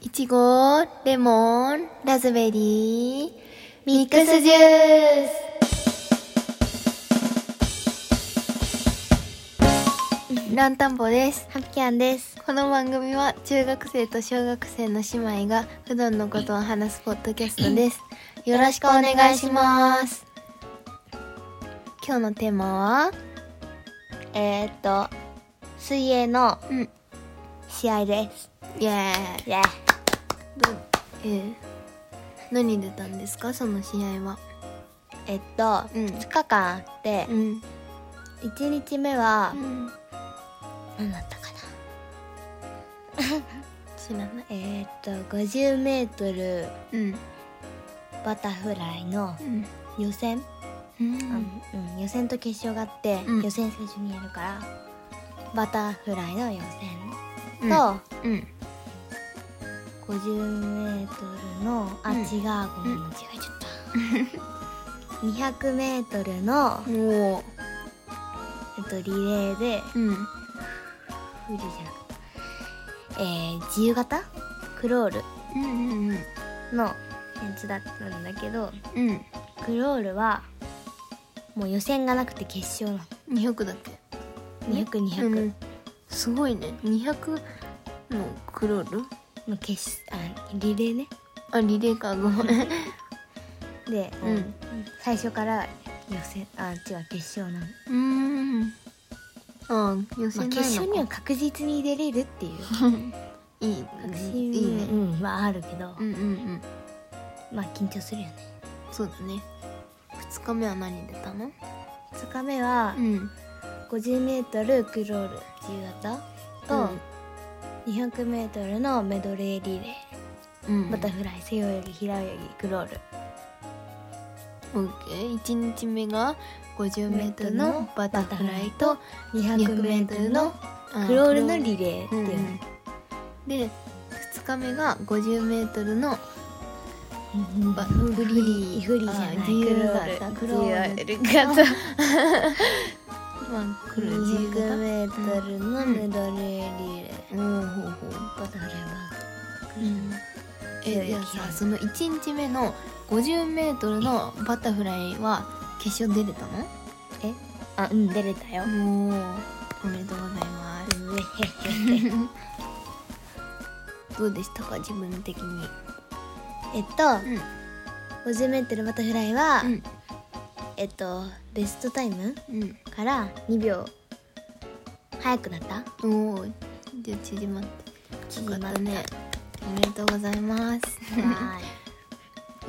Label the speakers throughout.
Speaker 1: いちご、レモン、ラズベリー、ミックスジュースランタンボです。
Speaker 2: ハッキャンです。
Speaker 1: この番組は中学生と小学生の姉妹が普段のことを話すポッドキャストです。よろしくお願いします。今日のテーマは
Speaker 2: えー、っと、水泳の
Speaker 1: うん。
Speaker 2: 試合です。
Speaker 1: イエーイ。
Speaker 2: イェーイ
Speaker 1: どえー何出たんですかその試合は。
Speaker 2: えっと、
Speaker 1: うん
Speaker 2: 2日間あって、
Speaker 1: ん。
Speaker 2: 1日目は
Speaker 1: う、ん。
Speaker 2: 何だったかな。
Speaker 1: 知らない。
Speaker 2: えー、っと、50メートル
Speaker 1: うん。
Speaker 2: バタフライの
Speaker 1: うん。
Speaker 2: 予選、
Speaker 1: うん。
Speaker 2: あうん予選と決勝があって、
Speaker 1: うん
Speaker 2: 予選最初にやるから、バタフライの
Speaker 1: う
Speaker 2: 予選
Speaker 1: ん
Speaker 2: と、
Speaker 1: うん。
Speaker 2: 50メートルの、あ、
Speaker 1: うん
Speaker 2: 違う、ごめん、間違えちゃった。200メートルの、
Speaker 1: おお。
Speaker 2: えっと、リレーで、
Speaker 1: うん。
Speaker 2: フルじゃん、えー、自由形クロール
Speaker 1: うんうんうん。
Speaker 2: のやつだったんだけど
Speaker 1: うん。
Speaker 2: クロールはもう予選がなくて決勝な
Speaker 1: 二百だっけ。
Speaker 2: の200200、
Speaker 1: うんすごいね。二百のクロール？
Speaker 2: の決しあリレーね
Speaker 1: あリレーかごめん。
Speaker 2: で、
Speaker 1: うん
Speaker 2: うん最初から予選あ違う決勝なの、
Speaker 1: うん。あー予
Speaker 2: まあ、
Speaker 1: 選ないのか
Speaker 2: 決勝には確実に入れれるっていう
Speaker 1: いい
Speaker 2: 確
Speaker 1: ね
Speaker 2: 信
Speaker 1: いいね。
Speaker 2: うん、まああるけど、
Speaker 1: うんうんうん。
Speaker 2: まあ緊張するよね
Speaker 1: そうだね。二日目は何出たの？
Speaker 2: 2日目は
Speaker 1: ん。
Speaker 2: 50m クロール自由形と、200m のメドレーリレー
Speaker 1: うん。
Speaker 2: バタフライ背泳ぎ平泳ぎクロール
Speaker 1: オッケー。一日目が五十メートルのバタフライと200
Speaker 2: 200m の
Speaker 1: あ
Speaker 2: クロールのリレーっ
Speaker 1: う
Speaker 2: て
Speaker 1: ん
Speaker 2: いうね
Speaker 1: で2日目が 50m の
Speaker 2: うん
Speaker 1: バフリー
Speaker 2: フリーじゃない
Speaker 1: あ自由形
Speaker 2: クロール
Speaker 1: クロール
Speaker 2: 自由形
Speaker 1: まあ黒い自由形
Speaker 2: 200m のメドレーリレー
Speaker 1: おーほうほう、
Speaker 2: バタフライ
Speaker 1: う
Speaker 2: バ
Speaker 1: ん、えじゃあさその1日目の 50m のバタフライは決勝出れたの
Speaker 2: ーあうん出れたよ
Speaker 1: おーおめでとうございますどうでしたか自分的に
Speaker 2: えっと 50m バタフライは
Speaker 1: うん
Speaker 2: えっとベストタイム
Speaker 1: うん
Speaker 2: から2秒早くなった
Speaker 1: うんおーじゃあ縮まって
Speaker 2: 縮まった
Speaker 1: よかねおめでとうございます
Speaker 2: はい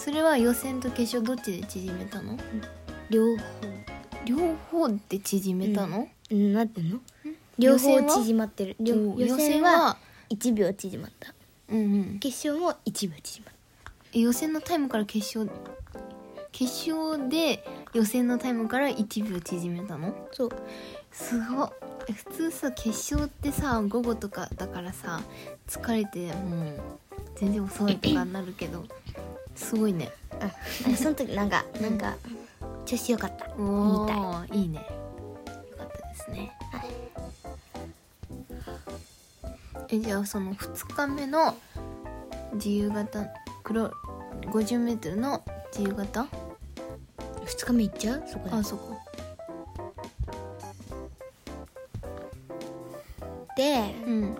Speaker 1: それは予選と決勝どっちで縮めたの
Speaker 2: 両方
Speaker 1: 両方で縮めたの、
Speaker 2: うんなってんの
Speaker 1: 予
Speaker 2: 両
Speaker 1: 選は
Speaker 2: 方縮まってる両
Speaker 1: そう
Speaker 2: 予選は1秒縮まった
Speaker 1: うんうん
Speaker 2: 決勝も1秒縮まっ
Speaker 1: え予選のタイムから決勝決勝で予選のタイムから1秒縮めたの
Speaker 2: たそう
Speaker 1: すごっえ普通さ決勝ってさ午後とかだからさ疲れてもう全然遅いとかになるけどすごいね
Speaker 2: あその時なんかなんか調子良かった
Speaker 1: お
Speaker 2: みたい
Speaker 1: ーいいねよかったですねえじゃあその2日目の自由形黒 50m の自由形
Speaker 2: 2日目行っちゃうそこ
Speaker 1: あそこ
Speaker 2: で
Speaker 1: うん
Speaker 2: うん、うん、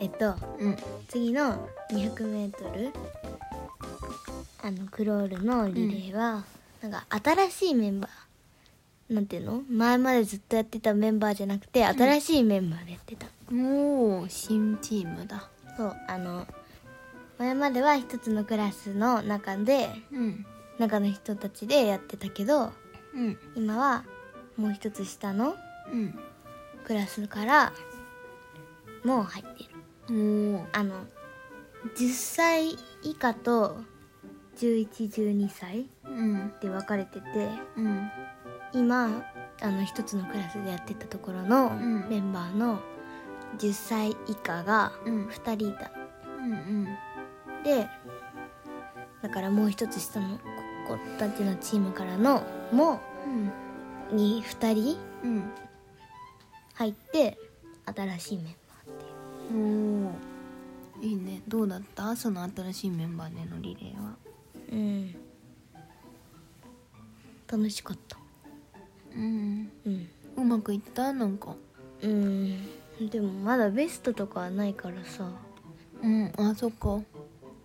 Speaker 2: えっと
Speaker 1: うん
Speaker 2: 次の 200m あのクロールのリレーは、なんか新しいメンバーなんていうの前までずっとやってたメンバーじゃなくて新しいメンバーでやってた、
Speaker 1: おー新チームだ
Speaker 2: そうあの前までは一つのクラスの中で
Speaker 1: うん
Speaker 2: 中の人たちでやってたけど
Speaker 1: うん
Speaker 2: 今はもう一つ下の
Speaker 1: うん
Speaker 2: クラスからもう入ってる
Speaker 1: おー
Speaker 2: あの10歳以下と1112歳
Speaker 1: うん
Speaker 2: で分かれてて
Speaker 1: うん
Speaker 2: 今あの一つのクラスでやってたところの
Speaker 1: ん
Speaker 2: メンバーの10歳以下が
Speaker 1: うん
Speaker 2: 2人いた
Speaker 1: うんうん
Speaker 2: でだからもう一つ下の子たちのチームからのも
Speaker 1: うん
Speaker 2: に2人
Speaker 1: うん
Speaker 2: 入って新しいメンバーっていう
Speaker 1: おどうだったその新しいメンバーでのリレーは
Speaker 2: うん楽しかった
Speaker 1: うん
Speaker 2: うん
Speaker 1: うまくいったなんか
Speaker 2: うんでもまだベストとかはないからさ
Speaker 1: うんあそっか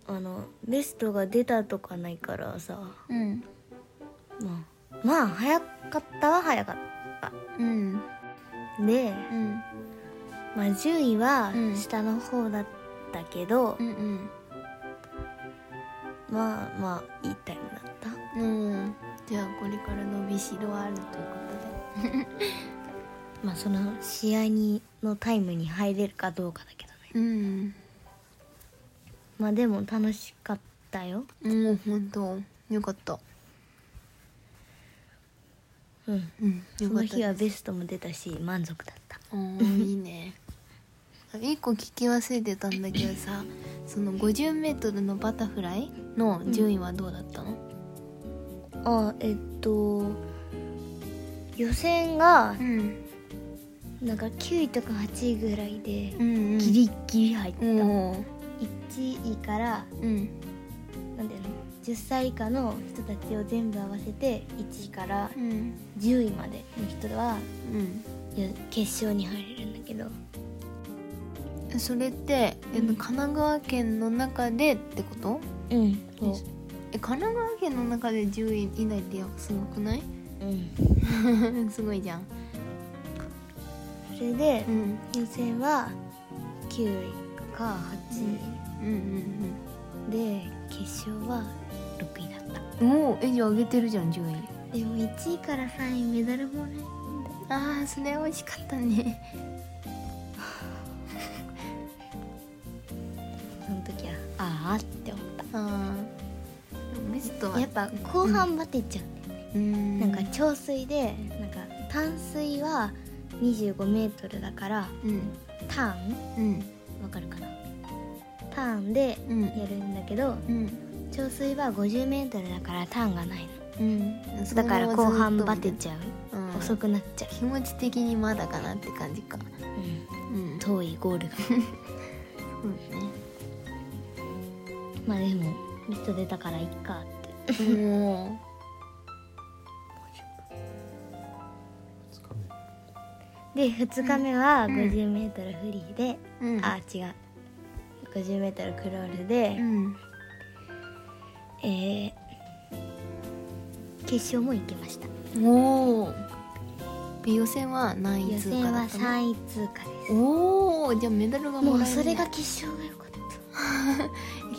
Speaker 2: あのベストが出たとかないからさ
Speaker 1: うん
Speaker 2: まあまあ早かったは早かっ
Speaker 1: うん
Speaker 2: たで、
Speaker 1: うん
Speaker 2: まあ、順位は
Speaker 1: うん
Speaker 2: 下の方だったけど、
Speaker 1: うん
Speaker 2: まあまあいいタイムだった
Speaker 1: うんうんじゃあこれから伸びしろはあるというこ
Speaker 2: まあその試合にのタイムに入れるかどうかだけどね
Speaker 1: とでうん
Speaker 2: まあでも楽しかったよ
Speaker 1: もう本当よかった
Speaker 2: うん
Speaker 1: うん
Speaker 2: そ
Speaker 1: よか
Speaker 2: の
Speaker 1: った
Speaker 2: 日はベストも出たし満足だった
Speaker 1: おーいいね 一個聞き忘れてたんだけどさその 50m のバタフライの順位はどうだったの
Speaker 2: あえっと予選が
Speaker 1: うん、
Speaker 2: なんか9位とか8位ぐらいで
Speaker 1: うんうん、
Speaker 2: ギリギリ入った、
Speaker 1: おー
Speaker 2: 1位から
Speaker 1: うん
Speaker 2: なんだよね10歳以下の人たちを全部合わせて1位から
Speaker 1: うん
Speaker 2: 10位までの人は
Speaker 1: うん
Speaker 2: よ決勝に入れるんだけど
Speaker 1: それって、え
Speaker 2: うん
Speaker 1: 神奈川県の中でってこと
Speaker 2: うん
Speaker 1: そうえ神奈川県の中で10位以内ってやすごくない
Speaker 2: うん
Speaker 1: すごいじゃん
Speaker 2: それで
Speaker 1: うん
Speaker 2: 予選は9位か8
Speaker 1: うん
Speaker 2: 位で決勝は6位だった
Speaker 1: うんうんおーえじゃあ上げてるじゃん順位
Speaker 2: でも1位から3位メダルもらえるんだよ
Speaker 1: あーそれ美味しかったね
Speaker 2: その時はああって思っ
Speaker 1: あーベスト
Speaker 2: た
Speaker 1: は
Speaker 2: やっぱ後半バテちゃうんだよね
Speaker 1: うん
Speaker 2: なんか潮水でなんか淡水は2 5ルだから
Speaker 1: うん
Speaker 2: ター
Speaker 1: う
Speaker 2: ン
Speaker 1: ん
Speaker 2: わかるかなターンで
Speaker 1: うん
Speaker 2: やるんだけど
Speaker 1: うん
Speaker 2: 潮水は5 0ルだからターンがない
Speaker 1: う
Speaker 2: の
Speaker 1: ん
Speaker 2: だから後半バテちゃう、
Speaker 1: うん
Speaker 2: 遅くなっちゃ
Speaker 1: 気持ち的にまだかなって感じか
Speaker 2: う、
Speaker 1: うん
Speaker 2: 遠いゴ ールが
Speaker 1: そうね
Speaker 2: まあでもリット出たからいっかって
Speaker 1: も
Speaker 2: で2日目は 50m フリーで、
Speaker 1: う、うん、
Speaker 2: あ違う 50m クロールで
Speaker 1: う、ん
Speaker 2: えー決勝も行きました
Speaker 1: おお予選は何位
Speaker 2: 予
Speaker 1: 通
Speaker 2: 選
Speaker 1: 過だ
Speaker 2: は
Speaker 1: ったの
Speaker 2: 3位通過です
Speaker 1: おおじゃあメダルが
Speaker 2: も
Speaker 1: も
Speaker 2: う
Speaker 1: らえる
Speaker 2: それ
Speaker 1: ね
Speaker 2: が決勝が良かっ た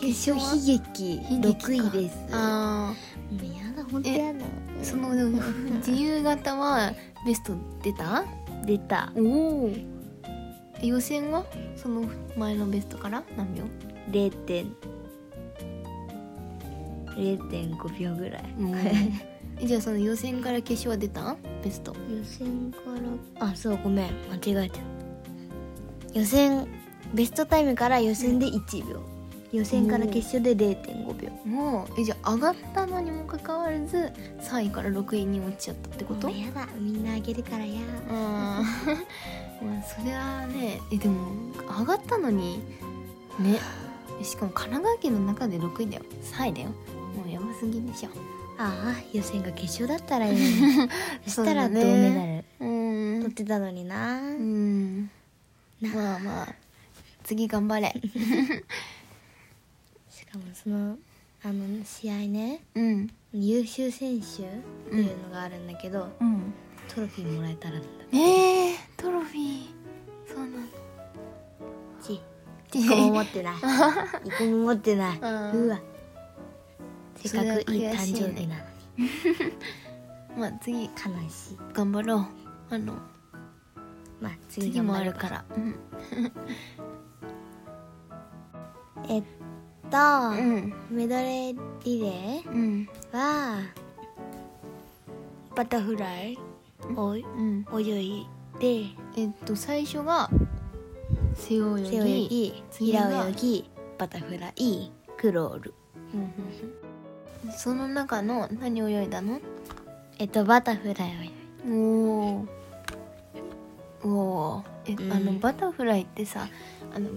Speaker 1: 決勝は
Speaker 2: 劇
Speaker 1: 悲劇か
Speaker 2: 6位ですも
Speaker 1: あ
Speaker 2: うやだ本当やだ
Speaker 1: あそのでも自由形はベスト出た
Speaker 2: 出た
Speaker 1: おお予選はその前のベストから何秒
Speaker 2: 0点0.5秒ぐらい
Speaker 1: えじゃあその予選から決勝は出たベスト
Speaker 2: 予選からあそうごめん間違えてた予選ベストタイムから予選で1秒予選から決勝で0.5秒
Speaker 1: もうえじゃあ上がったのにもかかわらず3位から6位に落ちちゃったってこと
Speaker 2: もうやだみんなあげるからや
Speaker 1: あーまあそれはねえでも上がったのにねしかも神奈川県の中で6位だよ3位だよもうやばすぎでしょ
Speaker 2: ああ予選が決勝だった らいいのにそしたら
Speaker 1: そう
Speaker 2: 銅
Speaker 1: だね
Speaker 2: メ
Speaker 1: う
Speaker 2: ダル取
Speaker 1: ん
Speaker 2: ってたのにな、
Speaker 1: うん
Speaker 2: な
Speaker 1: まあまあ次頑 張れ
Speaker 2: しかもそのあの試合ね
Speaker 1: うん
Speaker 2: 優秀選手っていうのがあるんだけど、
Speaker 1: うん
Speaker 2: トロフィーもらえたらなんだ
Speaker 1: えー、トロフィーそうなの
Speaker 2: ち一個も 持ってない一個も持ってない、
Speaker 1: う
Speaker 2: うんわせっかくいい誕生日なのに
Speaker 1: まあ次
Speaker 2: 悲しい
Speaker 1: 頑張ろうあの
Speaker 2: まあ次
Speaker 1: 次
Speaker 2: 頑
Speaker 1: も
Speaker 2: 張
Speaker 1: あ
Speaker 2: る
Speaker 1: る
Speaker 2: か
Speaker 1: からうん
Speaker 2: えっと、
Speaker 1: うん
Speaker 2: メドレーリレー
Speaker 1: うん
Speaker 2: はバタフライを
Speaker 1: うん
Speaker 2: 泳いで
Speaker 1: えっと最初が背泳ぎ
Speaker 2: 背泳ぎ
Speaker 1: 次が
Speaker 2: 平泳ぎバタフライクロール
Speaker 1: うんうんうんその中の何泳いだの
Speaker 2: えっとバタフライを泳い
Speaker 1: おおおーえ、
Speaker 2: うん
Speaker 1: あのバタフライってさあの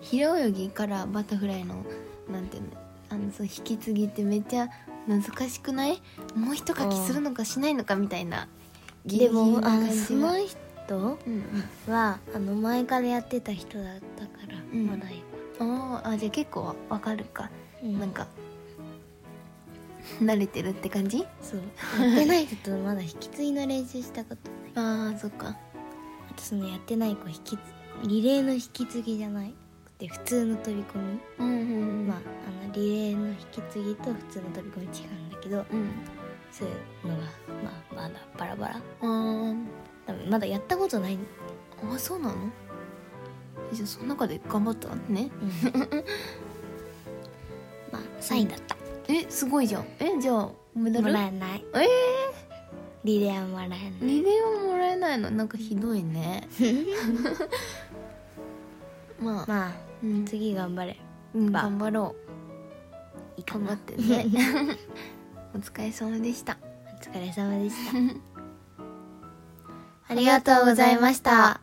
Speaker 1: 平泳ぎからバタフライのなんていうのあのそう引き継ぎってめっちゃ難しくないもう一書きするのかしないのかみたいなギリ
Speaker 2: で
Speaker 1: ギリ
Speaker 2: も
Speaker 1: な
Speaker 2: あ
Speaker 1: 感
Speaker 2: の
Speaker 1: じが
Speaker 2: その人
Speaker 1: うん
Speaker 2: はあの前からやってた人だったから、
Speaker 1: うん
Speaker 2: まだ今、
Speaker 1: うん、あーあじゃあ結構わわかるか、
Speaker 2: うん
Speaker 1: なんか慣れてるって感じ
Speaker 2: そう やってない人とまだ引き継ぎの練習したことな
Speaker 1: あ
Speaker 2: い
Speaker 1: ーそっか
Speaker 2: あとそのやってない子引き継リレーの引き継ぎじゃないで普通の飛び込み、
Speaker 1: うんうんうん
Speaker 2: まああのリレーの引き継ぎと普通の飛び込み違うんだけど
Speaker 1: うん
Speaker 2: そういうのが、まあ、まだバラバラ
Speaker 1: あー
Speaker 2: 多分まだやったことない、
Speaker 1: あそうなのじゃあその中で頑張ったね
Speaker 2: まあ3位だった
Speaker 1: えすごいじゃんえじゃあメダ
Speaker 2: も
Speaker 1: ル
Speaker 2: らえない
Speaker 1: えー
Speaker 2: リレーはもらえない
Speaker 1: リレーはもらえないのなんかひどい ねまあ、
Speaker 2: まあ
Speaker 1: うん
Speaker 2: 次頑張れ
Speaker 1: うん
Speaker 2: ば
Speaker 1: 頑張ろ
Speaker 2: いいうか
Speaker 1: 頑張
Speaker 2: な
Speaker 1: ってね お疲れ様でした
Speaker 2: お疲れ様でしたありがとうございました